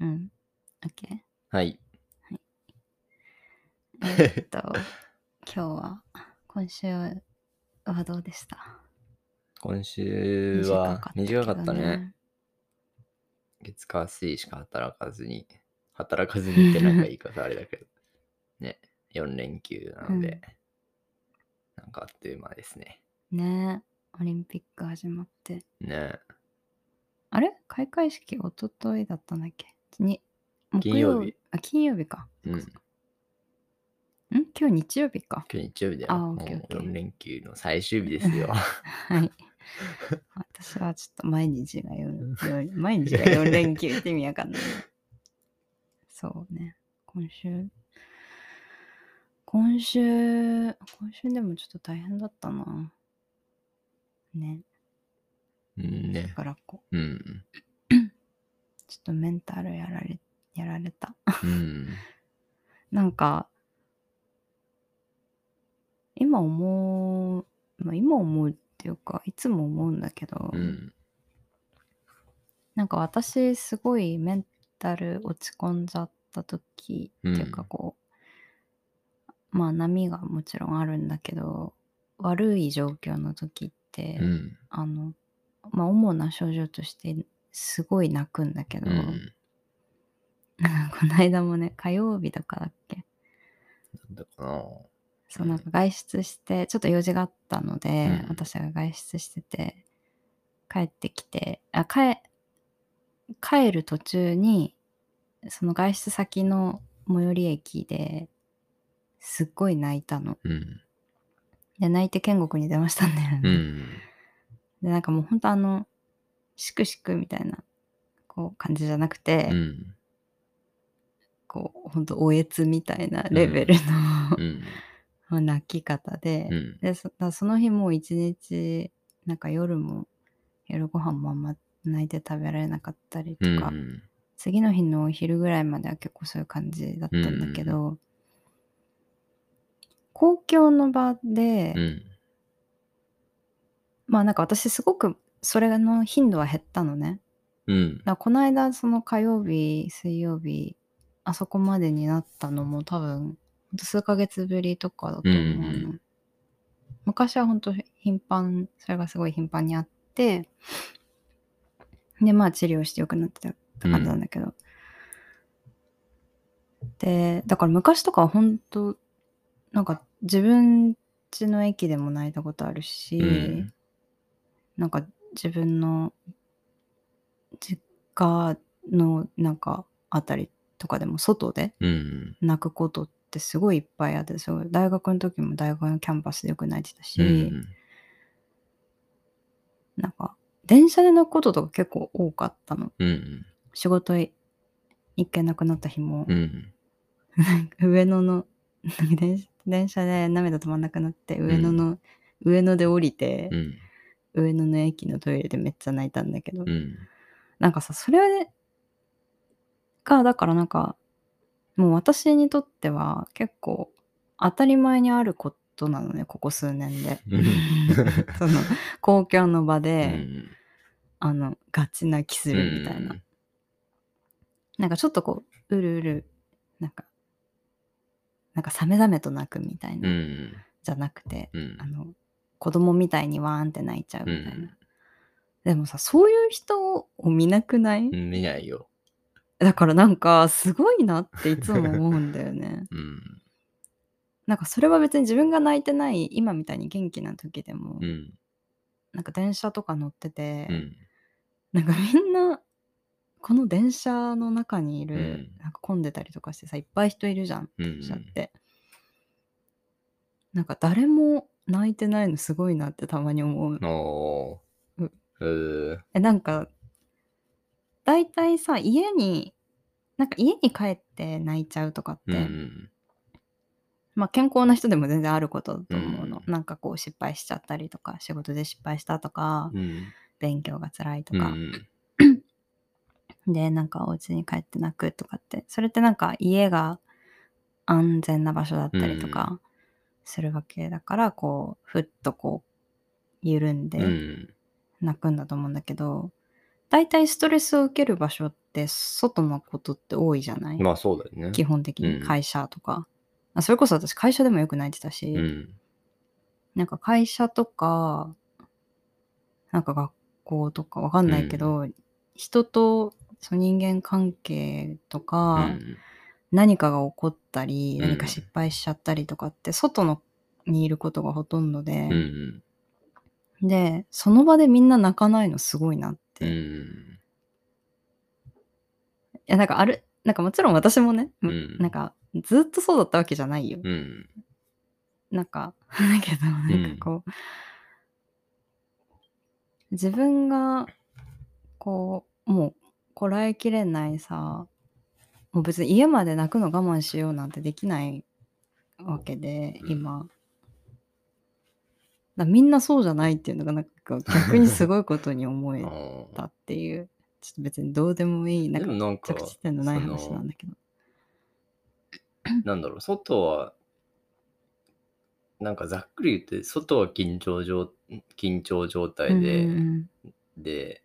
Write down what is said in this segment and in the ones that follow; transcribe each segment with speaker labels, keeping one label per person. Speaker 1: うん。OK。
Speaker 2: はい。
Speaker 1: えっと、今日は、今週はどうでした
Speaker 2: 今週は短かっ
Speaker 1: け
Speaker 2: た
Speaker 1: ど
Speaker 2: ね。。月火水しか働かずに。働かずにってなんか言い方あれだけど。ね。4連休なので、なんかあっという間ですね。
Speaker 1: ねえ、オリンピック始まって。
Speaker 2: ね
Speaker 1: あれ開会式一昨日だったんだっけに木
Speaker 2: 金曜日。
Speaker 1: あ、金曜日か。
Speaker 2: うん。
Speaker 1: そ
Speaker 2: 今
Speaker 1: っかそっかん今日日曜日か。
Speaker 2: 日日曜日だよ。
Speaker 1: あ
Speaker 2: も
Speaker 1: オッケーオッケー
Speaker 2: 4連休の最終日ですよ。
Speaker 1: はい。私はちょっと毎日が夜、 夜毎日が4連休って意味わかんないな。そうね。今週、今週、今週でもちょっと大変だったな。ね。
Speaker 2: うん
Speaker 1: だ
Speaker 2: ね。
Speaker 1: からこう、
Speaker 2: うん。
Speaker 1: ちょっとメンタルやられ、やられた。
Speaker 2: うん。
Speaker 1: なんか、今思う、まあ、今思うっていうか、いつも思うんだけど、
Speaker 2: うん。
Speaker 1: なんか私すごいメンタル落ち込んじゃった時、
Speaker 2: うん
Speaker 1: っていうかこう、まあ波がもちろんあるんだけど、悪い状況の時って、
Speaker 2: うん。
Speaker 1: あの、まあ主な症状としてすごい泣くんだけど、
Speaker 2: うん。
Speaker 1: この間もね、火曜日とかだっけ
Speaker 2: なんだかな。
Speaker 1: そううんなんか外出してちょっと用事があったので、
Speaker 2: うん
Speaker 1: 私が外出してて帰ってきてあ帰帰る途中にその外出先の最寄り駅ですっごい泣いたの
Speaker 2: うん。
Speaker 1: で泣いて建国に出ましたんだよね、
Speaker 2: うん。
Speaker 1: でなんかもうほんとあのしくしくみたいなこう感じじゃなくて、
Speaker 2: うん。
Speaker 1: こうほんとおえつみたいなレベルの
Speaker 2: う、ん。
Speaker 1: 泣き方で、
Speaker 2: うん。
Speaker 1: でそだからその日もう一日なんか夜も夜ご飯もあんま泣いて食べられなかったりと
Speaker 2: うん。
Speaker 1: か、次の日のお昼ぐらいまでは結構そういう感じだったんだけど、公共の場で、
Speaker 2: うん。
Speaker 1: まあなんか私すごくそれの頻度は減ったのね
Speaker 2: うん
Speaker 1: だ。からこの間その火曜日水曜日あそこまでになったのも多分ほんと数ヶ月ぶりとかだと思うの、
Speaker 2: うんう
Speaker 1: 昔は本当頻繁それがすごい頻繁にあってでまあ治療してよくなってたって感じなんだけど、でだから昔とかは本当なんか自分家の駅でも泣いたことあるし、
Speaker 2: うん
Speaker 1: なんか自分の実家のなんかあたりとかでも外で
Speaker 2: うん。
Speaker 1: 泣くことってすごいいっぱいあってすごい大学の時も大学のキャンパスでよく泣いてたし、
Speaker 2: うん。
Speaker 1: なんか電車で泣くこととか結構多かったの
Speaker 2: うん。
Speaker 1: 仕事い一回なくなった日も、
Speaker 2: うん。
Speaker 1: なんか上野の なんか電車電車で涙止まんなくなって上野の、上野で降りて
Speaker 2: う、ん。
Speaker 1: 上野の駅のトイレでめっちゃ泣いたんだけど、
Speaker 2: うん。
Speaker 1: なんかさ、それが、だからなんか、もう私にとっては結構当たり前にあることなのね、ここ数年で
Speaker 2: うん。
Speaker 1: その公共の場
Speaker 2: う
Speaker 1: で、
Speaker 2: ん。
Speaker 1: あの、ガチ泣きするみたいな。なんかちょっとこう、うるうる、なんか、なんかさめざめと泣くみたいな、
Speaker 2: うん。
Speaker 1: じゃなくて、
Speaker 2: うん
Speaker 1: あ。の、子供みたいにワーンって泣いちゃうみたいな。
Speaker 2: うん
Speaker 1: でもさ、そういう人を見なくない、
Speaker 2: うん。見ないよ。。
Speaker 1: だからなんかすごいなっていつも思うんだよね
Speaker 2: うん。
Speaker 1: なんかそれは別に自分が泣いてない今みたいに元気な時でも、
Speaker 2: うん。
Speaker 1: なんか電車とか乗ってて、
Speaker 2: うん。
Speaker 1: なんかみんなこの電車の中にいる、
Speaker 2: うん
Speaker 1: なんか混んでたりとかしてさいっぱい人いるじゃん
Speaker 2: う
Speaker 1: 電車っ
Speaker 2: ん。
Speaker 1: て。なんか誰も泣いてないのすごいなってたまに思う。
Speaker 2: おー。う
Speaker 1: えなんか大体さ家になんか家に帰って泣いちゃうとかって、
Speaker 2: うん。
Speaker 1: まあ、健康な人でも全然あることだと思うの、
Speaker 2: う
Speaker 1: なんかこう失敗しちゃったりとか仕事で失敗したとか、
Speaker 2: うん。
Speaker 1: 勉強が辛いと
Speaker 2: う
Speaker 1: か、
Speaker 2: ん。
Speaker 1: でなんかお家に帰って泣くとかってそれってなんか家が安全な場所だったりとかするわけだから、こうふっとこう緩ん
Speaker 2: う
Speaker 1: で
Speaker 2: ん。
Speaker 1: 泣くんだと思うんだけど、大体ストレスを受ける場所っって外のことって多いじゃない、
Speaker 2: まあそうだよね。
Speaker 1: 基本的に
Speaker 2: うん
Speaker 1: 会社とか、あそれこそ私会社でもよく泣いてたし、
Speaker 2: うん。
Speaker 1: なんか会社とかなんか学校とかわかんないけど、人とその人間関係と
Speaker 2: う
Speaker 1: か、
Speaker 2: ん。
Speaker 1: 何かが起こったり
Speaker 2: うん
Speaker 1: 何か失敗しちゃったりとかって外のにいることがほとんどで
Speaker 2: う、ん。
Speaker 1: でその場でみんな泣かないのすごいなって、
Speaker 2: う
Speaker 1: い
Speaker 2: ん。
Speaker 1: やなんかあるなんかもちろん私もね、
Speaker 2: うん
Speaker 1: なんかずっとそうだったわけじゃないよ、
Speaker 2: うん。
Speaker 1: なんか だけどなんかこう、自分がこうもうこらえきれないさもう別に家まで泣くの我慢しようなんてできないわけで
Speaker 2: うん
Speaker 1: 今、だからみんなそうじゃないっていうのがなんか逆にすごいことに思え
Speaker 2: あ
Speaker 1: た
Speaker 2: ー
Speaker 1: って いうちょっと別にどうでもいいな
Speaker 2: で
Speaker 1: んか
Speaker 2: もなんか
Speaker 1: 着地点のない話
Speaker 2: その
Speaker 1: なんだけど
Speaker 2: なんだろう、外は、なんかざっくり言って、外は緊張状緊張状態で、
Speaker 1: うん
Speaker 2: で、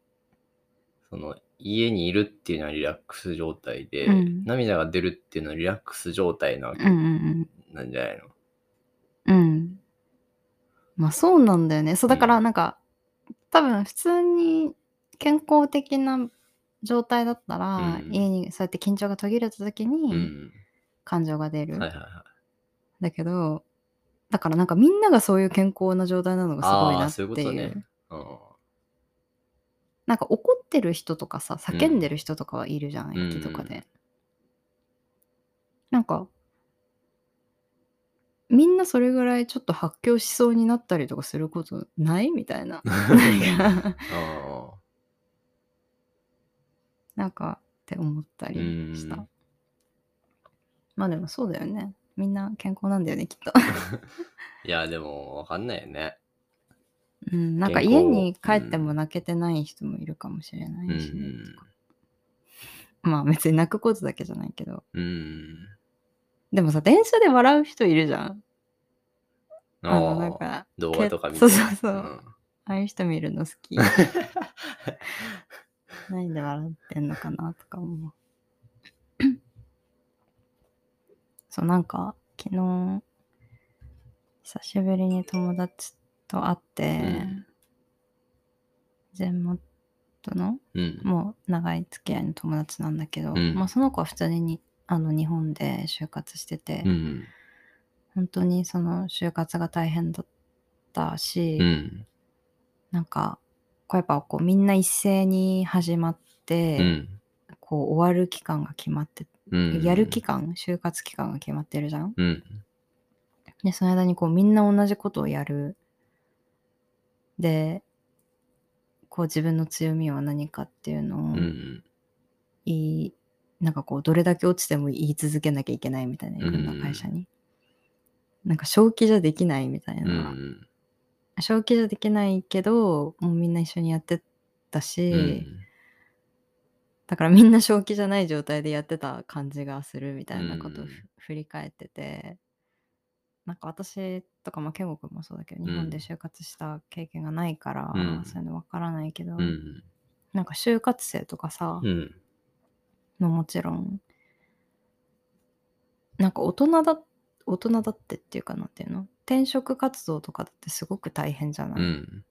Speaker 2: その家にいるっていうのはリラックス状態で、
Speaker 1: うん
Speaker 2: 涙が出るっていうのはリラックス状態なわけ
Speaker 1: うんうんうん
Speaker 2: なんじゃないの、
Speaker 1: うん。まあそうなんだよね。そうだか
Speaker 2: う
Speaker 1: ら
Speaker 2: ん
Speaker 1: なんか、多分普通に健康的な状態だったら、
Speaker 2: うん
Speaker 1: 家にそうやって緊張が途切れた時
Speaker 2: う
Speaker 1: に
Speaker 2: ん。
Speaker 1: 感情が出る。
Speaker 2: はいはいはい。
Speaker 1: だけど、だからなんかみんながそういう健康な状態なのがすごい
Speaker 2: あ
Speaker 1: な
Speaker 2: あ、
Speaker 1: って
Speaker 2: そう
Speaker 1: い
Speaker 2: いう
Speaker 1: う。
Speaker 2: ことね。うん
Speaker 1: なんか怒ってる人とかさ、叫んでる人とかはいるじゃない、
Speaker 2: うん
Speaker 1: 駅とかで。なんか、みんなそれぐらいちょっと発狂しそうになったりとかすることないみたい な。 なんか
Speaker 2: あ
Speaker 1: なんかって思った
Speaker 2: あ。
Speaker 1: りした。
Speaker 2: うん
Speaker 1: まあでもそうだよね。みんな健康なんだよね、きっと。
Speaker 2: い や、でも、わかんないよね。
Speaker 1: うん、なんか
Speaker 2: 健康
Speaker 1: 家に帰っても泣けてない人もいるかもしれな
Speaker 2: う
Speaker 1: いしね、
Speaker 2: ん。
Speaker 1: まあ別に泣くことだけじゃないけど。
Speaker 2: うん。
Speaker 1: でもさ、電車で笑う人いるじゃん。あ
Speaker 2: あ
Speaker 1: の、
Speaker 2: ー
Speaker 1: なんか、
Speaker 2: 動画とか見て。
Speaker 1: そうそうそう。
Speaker 2: ん
Speaker 1: ああいう人見るの好 き。何で笑ってんのかなとか思う。 そう、なんか、昨日、久しぶりに友達と会って、
Speaker 2: うん
Speaker 1: 地元の、
Speaker 2: うん。
Speaker 1: もう長い付き合いの友達なんだけど、
Speaker 2: うん
Speaker 1: まあその子は普通ににあの日本で就活してて、
Speaker 2: うん。
Speaker 1: 本当にその就活が大変だったし、
Speaker 2: うん。
Speaker 1: なんか、こうやっぱこうみんな一斉に始まって、
Speaker 2: うん
Speaker 1: こう終わる期間が決まって、
Speaker 2: うん。
Speaker 1: やる期間、就活期間が決まってるじゃん。
Speaker 2: うん。
Speaker 1: で、その間にこうみんな同じことをやる。で、こう自分の強みは何かっていうのを
Speaker 2: うん。うん。
Speaker 1: 言い、なんかこうどれだけ落ちても言い続けなきゃいけないみたいな、いろんな会社に。なんか正気じゃできないみたいうな。
Speaker 2: ん。
Speaker 1: 正気じゃできないけど、もうみんな一緒にやってたし、
Speaker 2: うん
Speaker 1: だからみんな正気じゃない状態でやってた感じがするみたいなことをふ、
Speaker 2: うん
Speaker 1: 振り返っててなんか私とかまあ健吾君もそうだけど
Speaker 2: うん
Speaker 1: 日本で就活した経験がないから、
Speaker 2: うん
Speaker 1: そういうのわからないけど、
Speaker 2: うん。
Speaker 1: なんか就活生とかさ、
Speaker 2: うん。
Speaker 1: ももちろんなんか大人だ大人だってっていうかなんていうの転職活動とかだってすごく大変じゃない、
Speaker 2: うん。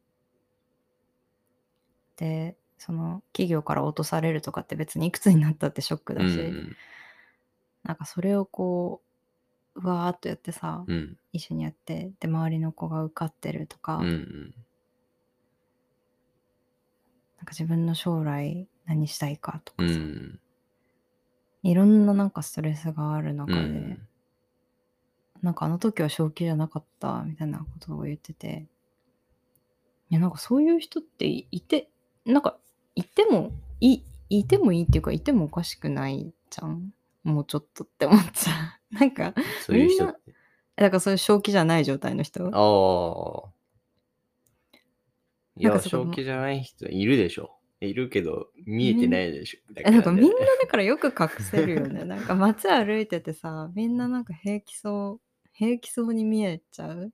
Speaker 1: でその企業から落とされるとかって別にいくつになったってショックだ
Speaker 2: う
Speaker 1: し、
Speaker 2: ん。
Speaker 1: なんかそれをこう、うわーっとやってさ、
Speaker 2: うん。
Speaker 1: 一緒にやって、で、周りの子が受かってるとか、
Speaker 2: う
Speaker 1: なんか
Speaker 2: ん。
Speaker 1: 自分の将来何したいかと
Speaker 2: う
Speaker 1: かさ、
Speaker 2: ん。
Speaker 1: いろんななんかストレスがある中
Speaker 2: う
Speaker 1: で、
Speaker 2: ん。
Speaker 1: なんかあの時は正気じゃなかったみたいなことを言ってて、いや、なんかそういう人っていいて、なんかいてもいい、いてもいいっていうか、いてもおかしくないじゃん。もうちょっとって思っちゃう。 なんか、
Speaker 2: そういう人
Speaker 1: みん
Speaker 2: っ
Speaker 1: な
Speaker 2: て。
Speaker 1: だからそういう正気じゃない状態の人。
Speaker 2: ああ。い
Speaker 1: なん
Speaker 2: や、
Speaker 1: かそこ
Speaker 2: 正気じゃない人いるでしょ。いるけど、見えてないでしょ。だ
Speaker 1: えなんかみんな
Speaker 2: ね
Speaker 1: だからよく隠せるよ ねなんか街歩いててさみんななんか平気そう平気そうに見えちゃう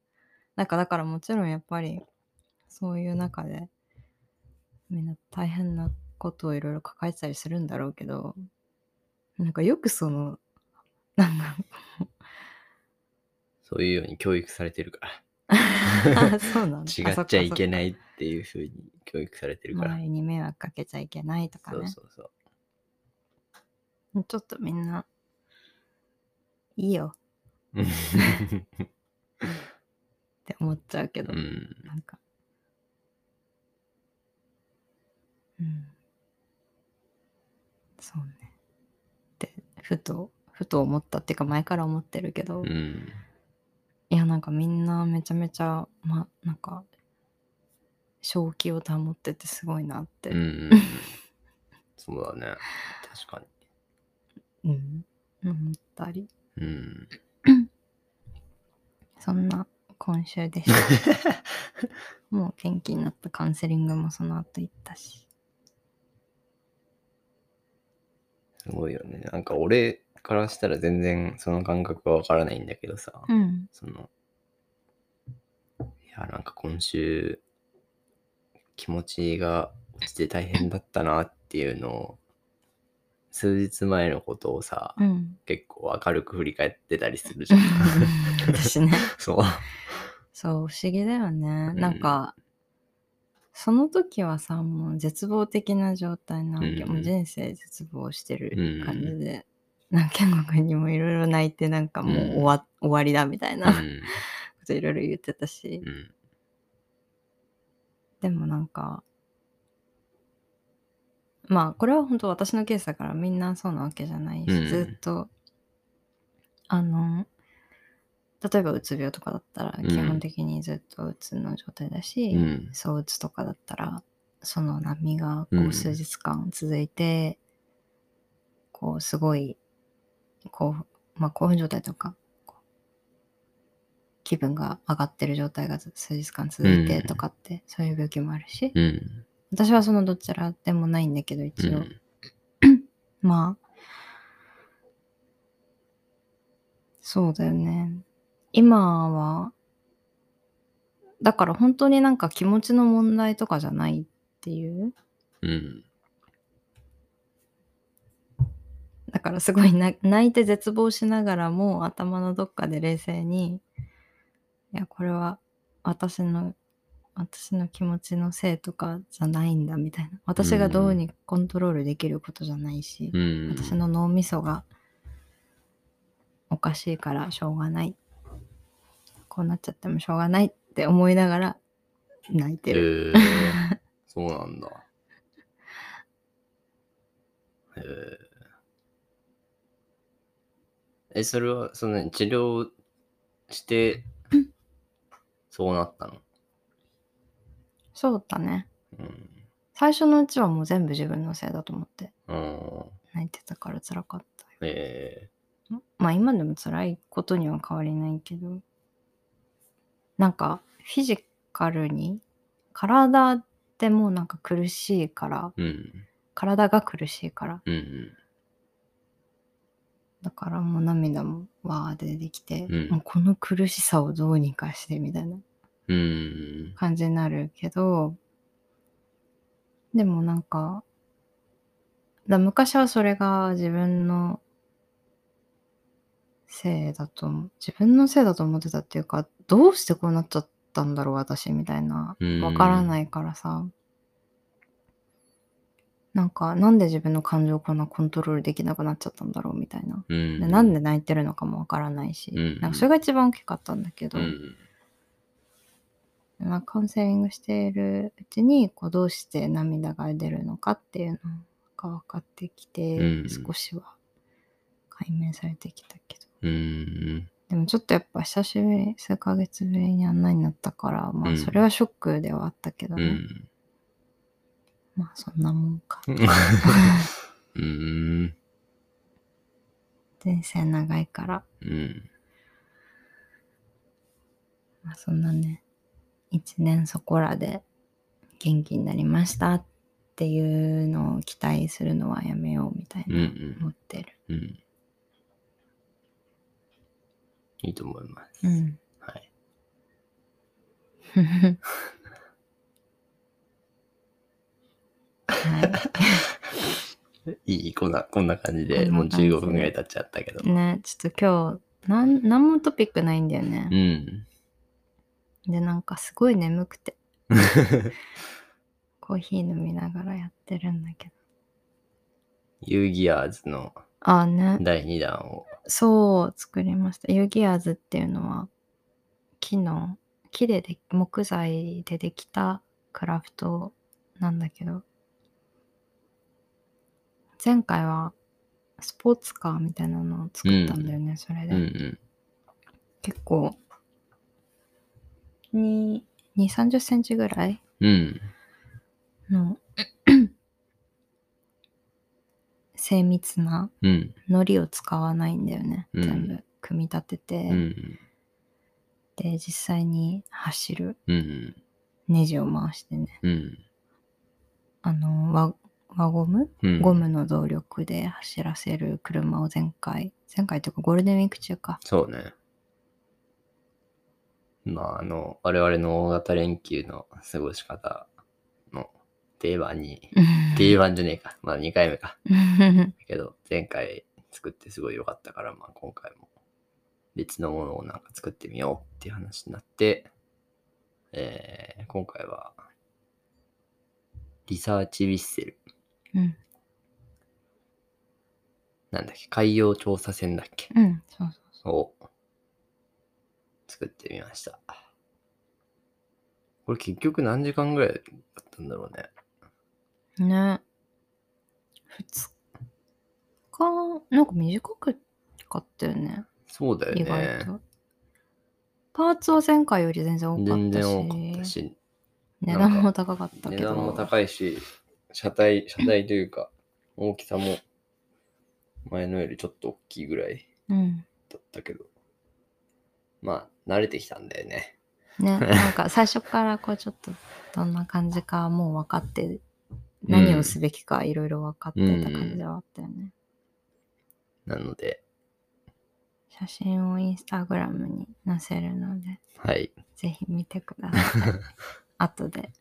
Speaker 1: なんかだからもちろんやっぱりそういう中でみんな大変なことをいろいろ抱えてたりするんだろうけど、なんかよくその、なん か、
Speaker 2: そういうように教育されてるから。
Speaker 1: あそうなんだ。。
Speaker 2: 違っちゃいけないいっていうふうに教育されてるから。
Speaker 1: 周りに迷惑かけちゃいけないとか
Speaker 2: そう
Speaker 1: ね。
Speaker 2: そうそう。
Speaker 1: ちょっとみんな、いいよって思っちゃうけど、
Speaker 2: うん。
Speaker 1: なんか。うん。そうね。って、ふと、ふと思ったっていうか前から思ってるけど、
Speaker 2: うん。
Speaker 1: いやなんかみんなめちゃめちゃ、ま、なんか、正気を保っててすごいなって。
Speaker 2: うん。そうだね。確か
Speaker 1: うん、思ったり。
Speaker 2: に。 うん。
Speaker 1: そんな今週でした。 もう元気になったカウンセリングもその後行ったし。
Speaker 2: すごいよね。なんか俺からしたら全然その感覚はわからないんだけどさ。
Speaker 1: うん。
Speaker 2: その、いや、なんか今週、気持ちが落ちて大変だったなっていうのを、数日前のことをさ、
Speaker 1: うん。
Speaker 2: 結構明るく振り返ってたりするじゃん。
Speaker 1: 私ね。
Speaker 2: そう。
Speaker 1: そう、不思議だよね。
Speaker 2: うん
Speaker 1: なんか、その時はさ、もう絶望的な状態なわけ。
Speaker 2: うん
Speaker 1: もう人生絶望してる感じ
Speaker 2: う
Speaker 1: で。なんか健吾君にもいろいろ泣いて、なんかもう終わ,、終わりだみたいうなこ
Speaker 2: ん。
Speaker 1: といろいろ言ってたし。
Speaker 2: うん。
Speaker 1: でもなんか、まあこれは本当私のケースだからみんなそうなわけじゃないし、
Speaker 2: うん
Speaker 1: ずっと、あの、例えばうつ病とかだったら
Speaker 2: うん
Speaker 1: 基本的にずっとうつの状態だし、
Speaker 2: うん。
Speaker 1: そううつとかだったらその波が
Speaker 2: う
Speaker 1: こ
Speaker 2: ん
Speaker 1: う数日間続いて、こうすごいこう、まあ、興奮状態とかこう気分が上がってる状態がず数日間続いてとかって、そういう病気もあるし、
Speaker 2: うん。
Speaker 1: 私はそのどちらでもないんだけど
Speaker 2: う
Speaker 1: 一応、
Speaker 2: ん。
Speaker 1: まあそうだよね今はだから本当になんか気持ちの問題とかじゃないっていう
Speaker 2: うん。
Speaker 1: だからすごいな泣いて絶望しながらも頭のどっかで冷静にいやこれは私の私の気持ちのせいとかじゃないんだみたいな私がどうにかコントロールできることじゃないし、
Speaker 2: うん。
Speaker 1: 私の脳みそがおかしいからしょうがないこうなっちゃってもしょうがないって思いながら泣いてる、
Speaker 2: えー、そうなんだ。えー、え、それは、その何治療して、そうなったの。
Speaker 1: そうだね
Speaker 2: うん。
Speaker 1: 最初のうちはもう全部自分のせいだと思って
Speaker 2: うん、
Speaker 1: 泣いてたから辛かった
Speaker 2: え
Speaker 1: まあ今でも辛いことには変わりないけどなんかフィジカルに体ってもうなんか苦しいから
Speaker 2: ー、うん。
Speaker 1: 体が苦しいから
Speaker 2: うん。
Speaker 1: だからもう涙もわー出てきて、
Speaker 2: うん
Speaker 1: もうこの苦しさをどうにかしてみたいな
Speaker 2: うん。
Speaker 1: 感じになるけどでもなんかだ昔はそれが自分のせいだと思う自分のせいだと思ってたっていうかどうしてこうなっちゃったんだろう私みたいな
Speaker 2: うん
Speaker 1: わからないからさなんかなんで自分の感情をこんなコントロールできなくなっちゃったんだろうみたいな
Speaker 2: うん。
Speaker 1: でなんで泣いてるのかもわからないし、
Speaker 2: うん
Speaker 1: なんかそれが一番大きかったんだけど、
Speaker 2: うん。
Speaker 1: まあ、カウンセリングしているうちにこうどうして涙が出るのかっていうのが分かってきて、
Speaker 2: うん
Speaker 1: 少しは解明されてきたけど
Speaker 2: うん。
Speaker 1: でもちょっとやっぱ久しぶり数ヶ月ぶりにあんなになったからま
Speaker 2: う
Speaker 1: あ
Speaker 2: ん
Speaker 1: それはショックではあったけど
Speaker 2: う
Speaker 1: ね、
Speaker 2: ん。
Speaker 1: まあそんなもん か
Speaker 2: うん。
Speaker 1: 人生長いから
Speaker 2: うん。
Speaker 1: まあそんなね一年そこらで元気になりましたっていうのを期待するのはやめようみたい
Speaker 2: うんう
Speaker 1: なん思ってる。
Speaker 2: うん。いいと思います。
Speaker 1: うん
Speaker 2: はい。 いい、こんな、こんな感じで、
Speaker 1: こん
Speaker 2: もう
Speaker 1: な感じ
Speaker 2: 15分ぐらい経っちゃったけど。
Speaker 1: ね、ちょっと今日、なん、なんもトピックないんだよね
Speaker 2: う。ん。
Speaker 1: で、なんかすごい眠くて、 コーヒー飲みながらやってるんだけど。
Speaker 2: ユーギアーズの
Speaker 1: あ、ね。
Speaker 2: 第2弾を。
Speaker 1: そう、作りました。ユーギアーズっていうのは、木の、木でで、木材でできたクラフトなんだけど、前回はスポーツカーみたいなのを作ったんだよね、それ
Speaker 2: う
Speaker 1: で。
Speaker 2: んうん。
Speaker 1: 結構、2、2、30センチぐらい
Speaker 2: うん。
Speaker 1: の 精密な
Speaker 2: うん。
Speaker 1: 糊を使わないんだよね、
Speaker 2: うん
Speaker 1: 全部組み立てて。
Speaker 2: うん。
Speaker 1: で実際に走る
Speaker 2: うん。
Speaker 1: ネジを回してね
Speaker 2: うん。
Speaker 1: あの輪輪ゴム
Speaker 2: うん。
Speaker 1: ゴムの動力で走らせる車を前回前回というかゴールデンウィーク中か
Speaker 2: そうね。まあ、あの、我々の大型連休の過ごし方の定番に、定番じゃねえか。まあ、2回目か。だけど、前回作ってすごい良かったから、まあ、今回も別のものをなんか作ってみようっていう話になって、えー、今回は、リサーチウィッセル。
Speaker 1: うん
Speaker 2: なんだっけ、海洋調査船だっけ
Speaker 1: うんそうそ
Speaker 2: を作ってみました。これ結局何時間ぐらいだったんだろうね。
Speaker 1: うね2日なんか短くかったよね
Speaker 2: そうだよ
Speaker 1: 意外
Speaker 2: ね。
Speaker 1: とパーツは前回より全然多かったし
Speaker 2: 全然多かったし、
Speaker 1: 値
Speaker 2: なんか
Speaker 1: 段も高かったけ
Speaker 2: 値
Speaker 1: ど
Speaker 2: 段も高いし、車体、車体というか、大きさも前のよりちょっと大きいぐらい
Speaker 1: うん
Speaker 2: だったけど、まあ、慣れてきたんだよね。
Speaker 1: ね、なんか最初からこうちょっとどんな感じかもう分かって何をすべきかいろいろ分かってた感じはあったよね、
Speaker 2: なので、
Speaker 1: 写真をインスタグラムに載せるので
Speaker 2: はい。
Speaker 1: ぜひ見てください 後で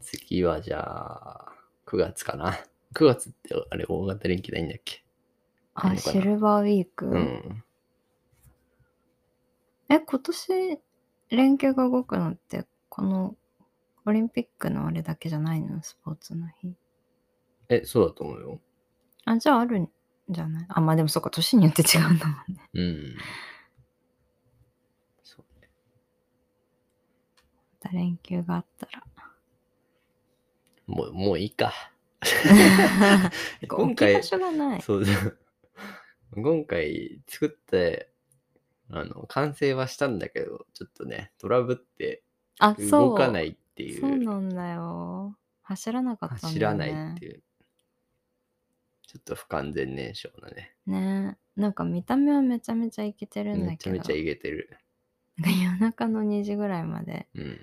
Speaker 2: 次はじゃあ、9月かな。9月ってあれ大型連休ないんだっけいい
Speaker 1: あ
Speaker 2: のかな
Speaker 1: シルバーウィーク、
Speaker 2: うん。
Speaker 1: え今年連休が動くのってこのオリンピックのあれだけじゃないのスポーツの日
Speaker 2: え、そうだと思うよ。
Speaker 1: あじゃああるんじゃないあまあでもそっか年によって違 うんだもんね
Speaker 2: うん。そうね。
Speaker 1: また連休があったら
Speaker 2: もう、もういい か。今
Speaker 1: 今回場、
Speaker 2: 回
Speaker 1: 所がない
Speaker 2: そう だ。今回作って、あの、完成はしたんだけど、ちょっとね、トラブって
Speaker 1: あそう
Speaker 2: 動かないっていう。
Speaker 1: そうなんだよ走らなかったん
Speaker 2: 走
Speaker 1: だ
Speaker 2: ら
Speaker 1: よ
Speaker 2: な
Speaker 1: ね
Speaker 2: いっていう。ちょっと不完全燃焼だね。
Speaker 1: ねなんか見た目はめちゃめちゃイケてるんだ
Speaker 2: めち
Speaker 1: け
Speaker 2: ゃ
Speaker 1: ど
Speaker 2: めちゃいげてる。
Speaker 1: なんか夜中の2時ぐらいまで
Speaker 2: うん。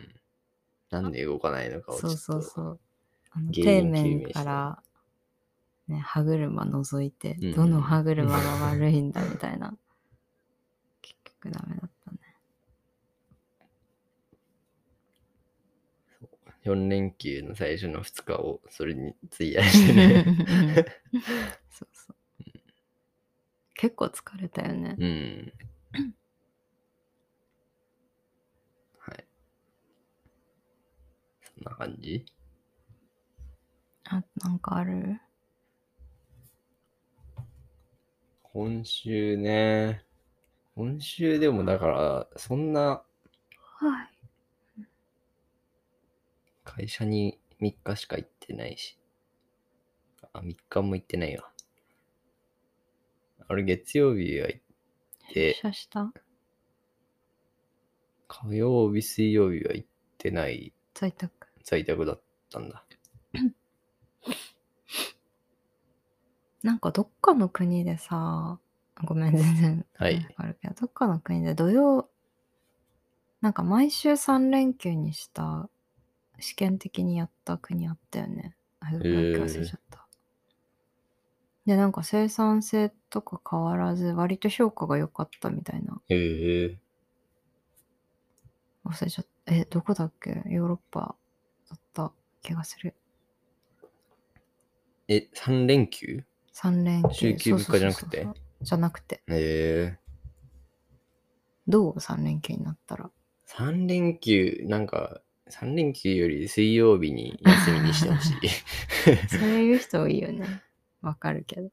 Speaker 2: なんで動かないのかをちょ
Speaker 1: そう
Speaker 2: っと。
Speaker 1: そうそうあの
Speaker 2: 原
Speaker 1: 底
Speaker 2: 因究明して
Speaker 1: 面から、ね、歯車覗いて、
Speaker 2: うん
Speaker 1: どの歯車が悪いんだみたいな 結局ダメだったね
Speaker 2: 4連休の最初の2日をそれに費やし てね。
Speaker 1: そうそう結構疲れたよね
Speaker 2: うん。はい。そんな感じ
Speaker 1: あなんかある
Speaker 2: 今週ね。今週でもだから、そんな
Speaker 1: はい
Speaker 2: 会社に3日しか行ってないし。あ、3日も行ってないわ。あれ、月曜日は行って
Speaker 1: 出、社した
Speaker 2: 火曜日、水曜日は行ってない
Speaker 1: 在宅
Speaker 2: 在宅だったんだ。
Speaker 1: なんかどっかの国でさ、ごめん、全然、
Speaker 2: はい
Speaker 1: あるけど、どっかの国で土曜、なんか毎週3連休にした、試験的にやった国あったよね。あ、なんか忘れちゃった。で、なんか生産性とか変わらず、割と評価が良かったみたいな。
Speaker 2: へえ
Speaker 1: 忘れちゃった。え、どこだっけヨーロッパだった気がする。
Speaker 2: え、3連休
Speaker 1: 3連休。
Speaker 2: 週
Speaker 1: そう
Speaker 2: 休物
Speaker 1: そう
Speaker 2: 価じゃな
Speaker 1: そ
Speaker 2: く
Speaker 1: うそう
Speaker 2: て
Speaker 1: そうじゃなくて。
Speaker 2: え
Speaker 1: どう ?3 連休になったら。
Speaker 2: ー、3連休、なんか、3連休より水曜日に休みにして ほしい。
Speaker 1: それ言う人多いよね。わかるけど。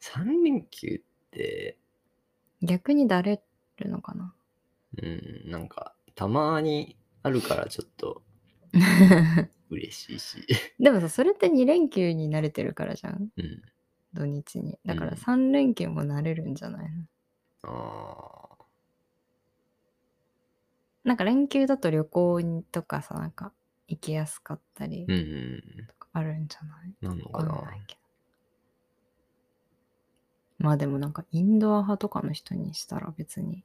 Speaker 2: 3連休って、
Speaker 1: 逆にだれるのか な
Speaker 2: うん、なんか、たまにあるからちょっと嬉しいし。
Speaker 1: でもさ、それって2連休に慣れてるからじゃん。
Speaker 2: うん。
Speaker 1: 土日に。だか
Speaker 2: うん
Speaker 1: ら3連休も慣れるんじゃないの、
Speaker 2: ああ。
Speaker 1: なんか連休だと旅行にとかさ、なんか行きやすかったり
Speaker 2: うんうん
Speaker 1: とかあるんじゃない
Speaker 2: うん。なんの
Speaker 1: わ
Speaker 2: か
Speaker 1: かん
Speaker 2: な
Speaker 1: ないけど。まあでもなんかインドア派とかの人にしたら別に、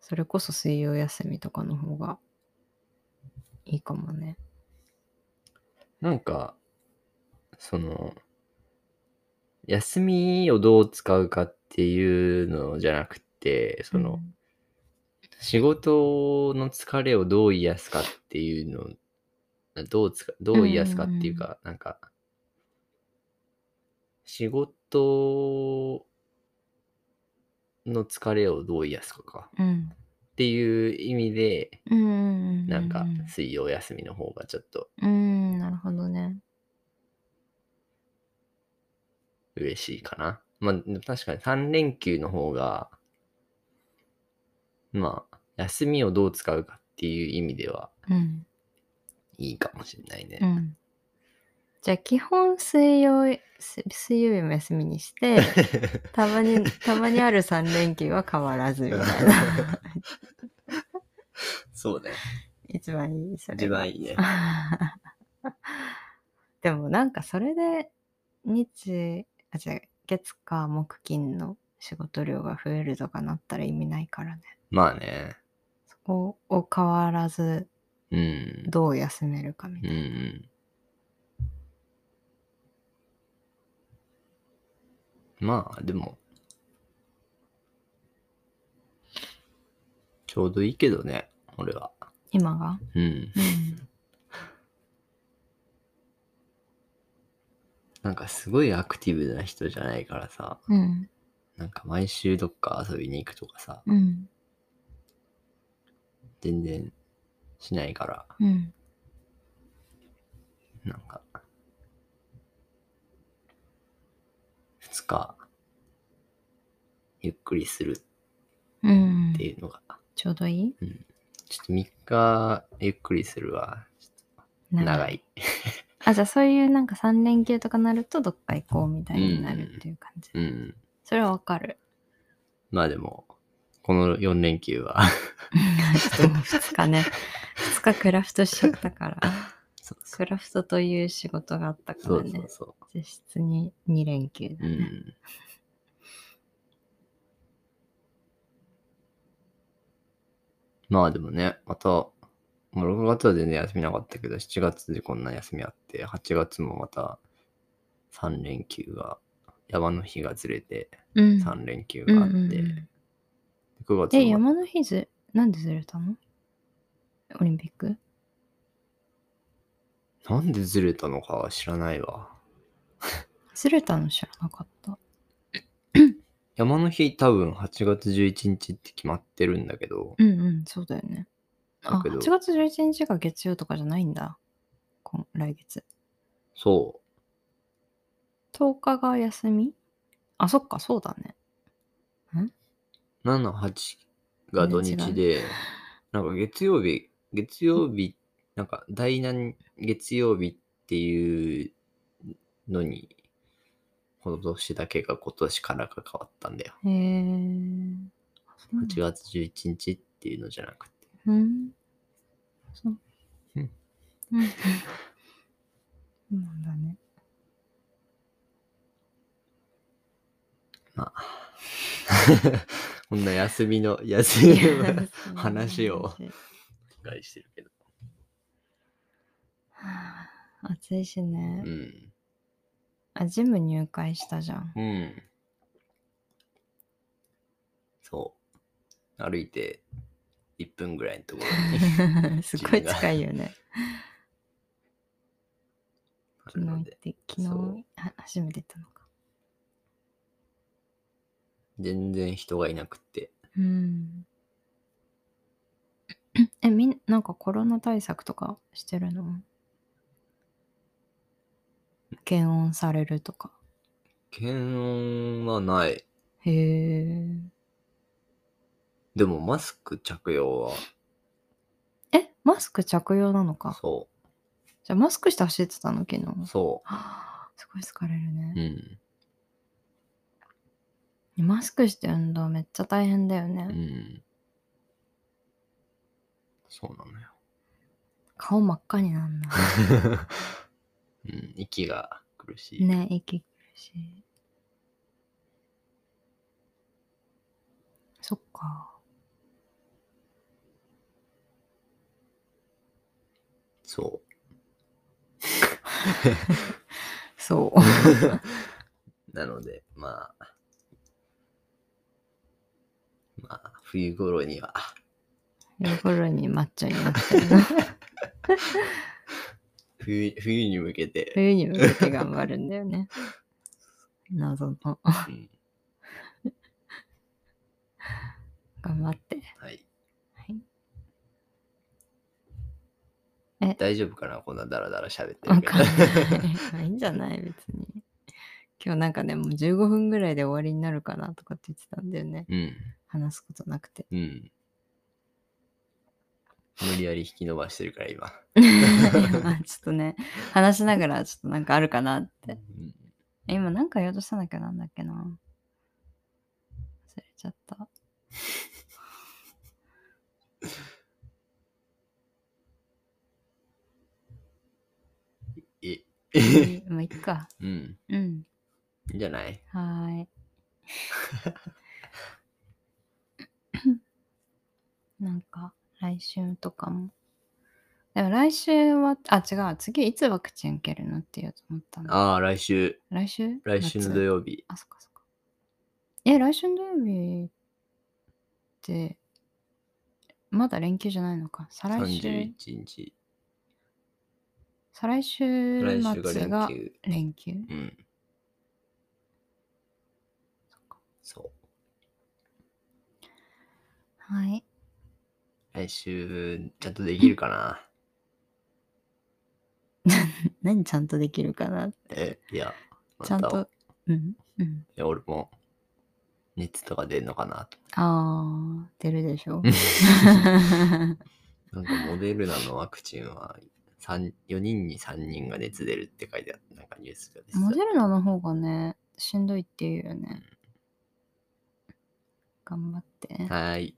Speaker 1: それこそ水曜休みとかの方がいいかもね。
Speaker 2: なんか、その、休みをどう使うかっていうのじゃなくて、その、仕事の疲れをどう癒やすかっていうのをどうつかどう癒やすかっていうか、なんか仕事の疲れをどう癒やすかか
Speaker 1: うん、うん。
Speaker 2: っていう意味で
Speaker 1: うんうんうんうん。
Speaker 2: なんか水曜休みの方がちょっと
Speaker 1: うん、なるほどね。
Speaker 2: 嬉しいかなまあ確かに3連休の方がまあ休みをどう使うかっていう意味では
Speaker 1: うん。
Speaker 2: いいかもしれないね、
Speaker 1: うん。じゃあ基本水曜い、す水曜日も休みに して、たまに、たまにある3連休は変わらずみたい な。
Speaker 2: そうね
Speaker 1: 一番いい、それが。
Speaker 2: 一番いいね
Speaker 1: でもなんかそれで日あ違う月火木金の仕事量が増えるとかなったら意味ないからね
Speaker 2: まあね。
Speaker 1: そこを変わらず
Speaker 2: うん。
Speaker 1: どう休めるかみ
Speaker 2: う
Speaker 1: たい
Speaker 2: んう
Speaker 1: な、
Speaker 2: ん。まあ、でも、ちょうどいいけどね、俺は。
Speaker 1: 今が
Speaker 2: うん。
Speaker 1: うん
Speaker 2: なんかすごいアクティブな人じゃないからさ、
Speaker 1: うん
Speaker 2: なんか毎週どっか遊びに行くとかさ、
Speaker 1: うん
Speaker 2: 全然しないから、
Speaker 1: うん
Speaker 2: なんか、二日、ゆっくりする
Speaker 1: うん
Speaker 2: っていうのが、
Speaker 1: ちょうどいい
Speaker 2: ちょっと3日ゆっくりするわ。長い。
Speaker 1: あじゃあそういうなんか3連休とかなるとどっか行こうみたいになるっていう感じ、
Speaker 2: うん。
Speaker 1: それはわかる
Speaker 2: まあでも、この4連休は、
Speaker 1: ちょっともう2日ね2日クラフトしちゃったから
Speaker 2: そうそ
Speaker 1: クラフトという仕事があったから
Speaker 2: う
Speaker 1: ね
Speaker 2: そうそ
Speaker 1: 実質に2連休
Speaker 2: う。
Speaker 1: だ
Speaker 2: う
Speaker 1: ね、
Speaker 2: ん。 まあでもね、また、もう6月は全然休みなかったけど、7月でこんな休みあって、8月もまた3連休が、山の日がずれて
Speaker 1: うん
Speaker 2: 3連休があって、
Speaker 1: うんうんうん
Speaker 2: 9月
Speaker 1: え
Speaker 2: もま
Speaker 1: 山の日ずなんでずれたのオリンピック
Speaker 2: た、なんでずれたのかは知らないわ。
Speaker 1: ずれたの知らなかった
Speaker 2: 山の日多分8月11日って決まってるんだけど、
Speaker 1: うんうんそうだよねあ
Speaker 2: だけど
Speaker 1: 8月11日が月曜とかじゃないんだ今来月
Speaker 2: そ
Speaker 1: 10日が休みあそっかそうだね
Speaker 2: う、7、8が土日で、なんか月曜日、月曜日、なんか第何月曜日っていうのに、この年だけが今年からが変わったんだよ。
Speaker 1: へえそうなんだ
Speaker 2: 8月11日っていうのじゃなくて。
Speaker 1: うん。そう。
Speaker 2: うん
Speaker 1: うん。そうなんだね。
Speaker 2: まあ、こんな休 みの、休みの 話を
Speaker 1: は
Speaker 2: 返してるけど。
Speaker 1: あ 暑いしね、
Speaker 2: うん。
Speaker 1: あ、ジム入会したじゃ ん。
Speaker 2: うん。そう。歩いて1分ぐらいのところ
Speaker 1: すごい近いよね。昨
Speaker 2: にあ
Speaker 1: 日行っ
Speaker 2: るので、
Speaker 1: て、昨
Speaker 2: そう
Speaker 1: 日は初めて行ったのか。
Speaker 2: 全然人がいなくて、
Speaker 1: うん。 え、みんなんかコロナ対策とかしてるの検温されるとか。
Speaker 2: 検温はない。
Speaker 1: へえ。
Speaker 2: でもマスク着用
Speaker 1: え、マスク着用なの
Speaker 2: は、
Speaker 1: か。
Speaker 2: そ
Speaker 1: じゃあマスクして走ってたの昨日。
Speaker 2: う、そ
Speaker 1: はあすごい疲れる
Speaker 2: う、う
Speaker 1: ね。
Speaker 2: ん、
Speaker 1: マスクして運動めっちゃ大変だよね。
Speaker 2: うん。そうなのよ。
Speaker 1: 顔真っ赤になんな。
Speaker 2: うん、息が苦し い。
Speaker 1: ね、息苦しい。そっか。
Speaker 2: そ
Speaker 1: そう。
Speaker 2: う。なので、まあ、まあ、冬頃には、
Speaker 1: 夜頃にマッチョになってるな。
Speaker 2: 冬冬に向けて、
Speaker 1: 冬に向けて頑張るんだよね。謎の。
Speaker 2: うん、
Speaker 1: 頑張って。
Speaker 2: はい。
Speaker 1: はい、
Speaker 2: 大丈夫かなこんなダラダラ喋って
Speaker 1: わ
Speaker 2: るけ
Speaker 1: かん
Speaker 2: ど
Speaker 1: ない。まあいいんじゃない別に。今日なんかね、もう15分ぐらいで終わりになるかなとかって言ってたんだよね。
Speaker 2: うん、
Speaker 1: 話すことなく て。
Speaker 2: うん。無理やり引き伸ばしてるから、今。
Speaker 1: まあちょっとね、話しながらちょっとなんかあるかなって。
Speaker 2: うん
Speaker 1: え今なんか言おうとしたんだけどなんだっけな。忘れちゃ った。
Speaker 2: え、
Speaker 1: いいまあいっか。
Speaker 2: うん。
Speaker 1: うん。
Speaker 2: いいんじゃない
Speaker 1: はー い。なんか、来週とかも。でも来週は、あ、違う、次いつワクチン受けるのって言おうと思ったの。
Speaker 2: ああ、来週、
Speaker 1: 来週
Speaker 2: 来週の土
Speaker 1: 夏
Speaker 2: 曜日。
Speaker 1: あ、そっかそっか。え、来週の土曜日って、まだ連休じゃないのか。再来週
Speaker 2: 31、日。
Speaker 1: 再来週
Speaker 2: 来週
Speaker 1: 末
Speaker 2: が
Speaker 1: が
Speaker 2: 連休。
Speaker 1: 連休
Speaker 2: うん。
Speaker 1: そっか
Speaker 2: そ
Speaker 1: はい。
Speaker 2: う。来週、ちゃんとできる かな
Speaker 1: 何ちゃんとできるかなって。
Speaker 2: え、いや、ま
Speaker 1: ちゃん
Speaker 2: たい
Speaker 1: と。うん。うん。
Speaker 2: や、俺も、熱とか出んのかなと。
Speaker 1: ああ、出るでしょ。
Speaker 2: なんか、モデルナのワクチンは、三4人に3人が熱出るって書いてあった。なんかニュースが出てた
Speaker 1: モデルナの方がね、しんどいっていうよね。頑張って。
Speaker 2: はーい。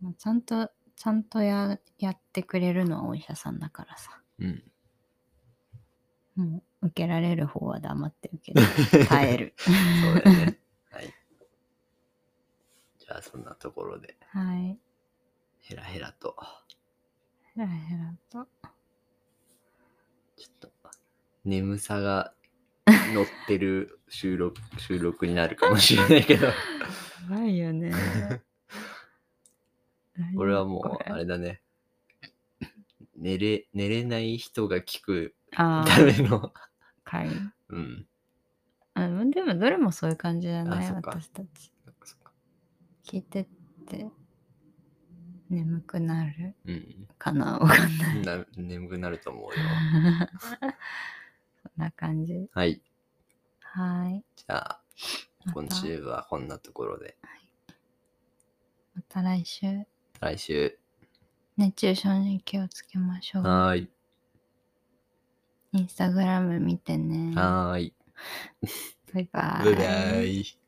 Speaker 1: もうちゃんと、ちゃんとややってくれるのはお医者さんだからさ。
Speaker 2: うん。
Speaker 1: もう、受けられる方は黙って受け る。耐える。
Speaker 2: そうだよ ね。はい。じゃあ、そんなところで、
Speaker 1: はい。
Speaker 2: ヘラヘラと、
Speaker 1: ヘラヘラと。
Speaker 2: ちょっと、眠さが乗ってる収録、収録になるかもしれない けど、
Speaker 1: やばいよね。
Speaker 2: 俺はも
Speaker 1: こ
Speaker 2: う、あ
Speaker 1: れ
Speaker 2: れだね。寝れ、寝れない人が聞く
Speaker 1: あ
Speaker 2: た
Speaker 1: あ、
Speaker 2: めの、
Speaker 1: かい。
Speaker 2: うん。
Speaker 1: あでも、どれもそういう感じじゃない
Speaker 2: あそっか
Speaker 1: 私たち。
Speaker 2: そっかそっか
Speaker 1: 聞いてって眠くなる
Speaker 2: うん。
Speaker 1: かな わかんない。
Speaker 2: な眠くなると思うよ。
Speaker 1: そんな感じ。
Speaker 2: はい。
Speaker 1: はい。
Speaker 2: じゃあ、
Speaker 1: また
Speaker 2: 今週はこんなところで、
Speaker 1: また来週、
Speaker 2: 来週、
Speaker 1: 熱中症に気をつけましょう。
Speaker 2: はーい。
Speaker 1: インスタグラム見てね。
Speaker 2: はーい。
Speaker 1: バイバ
Speaker 2: バイバイ。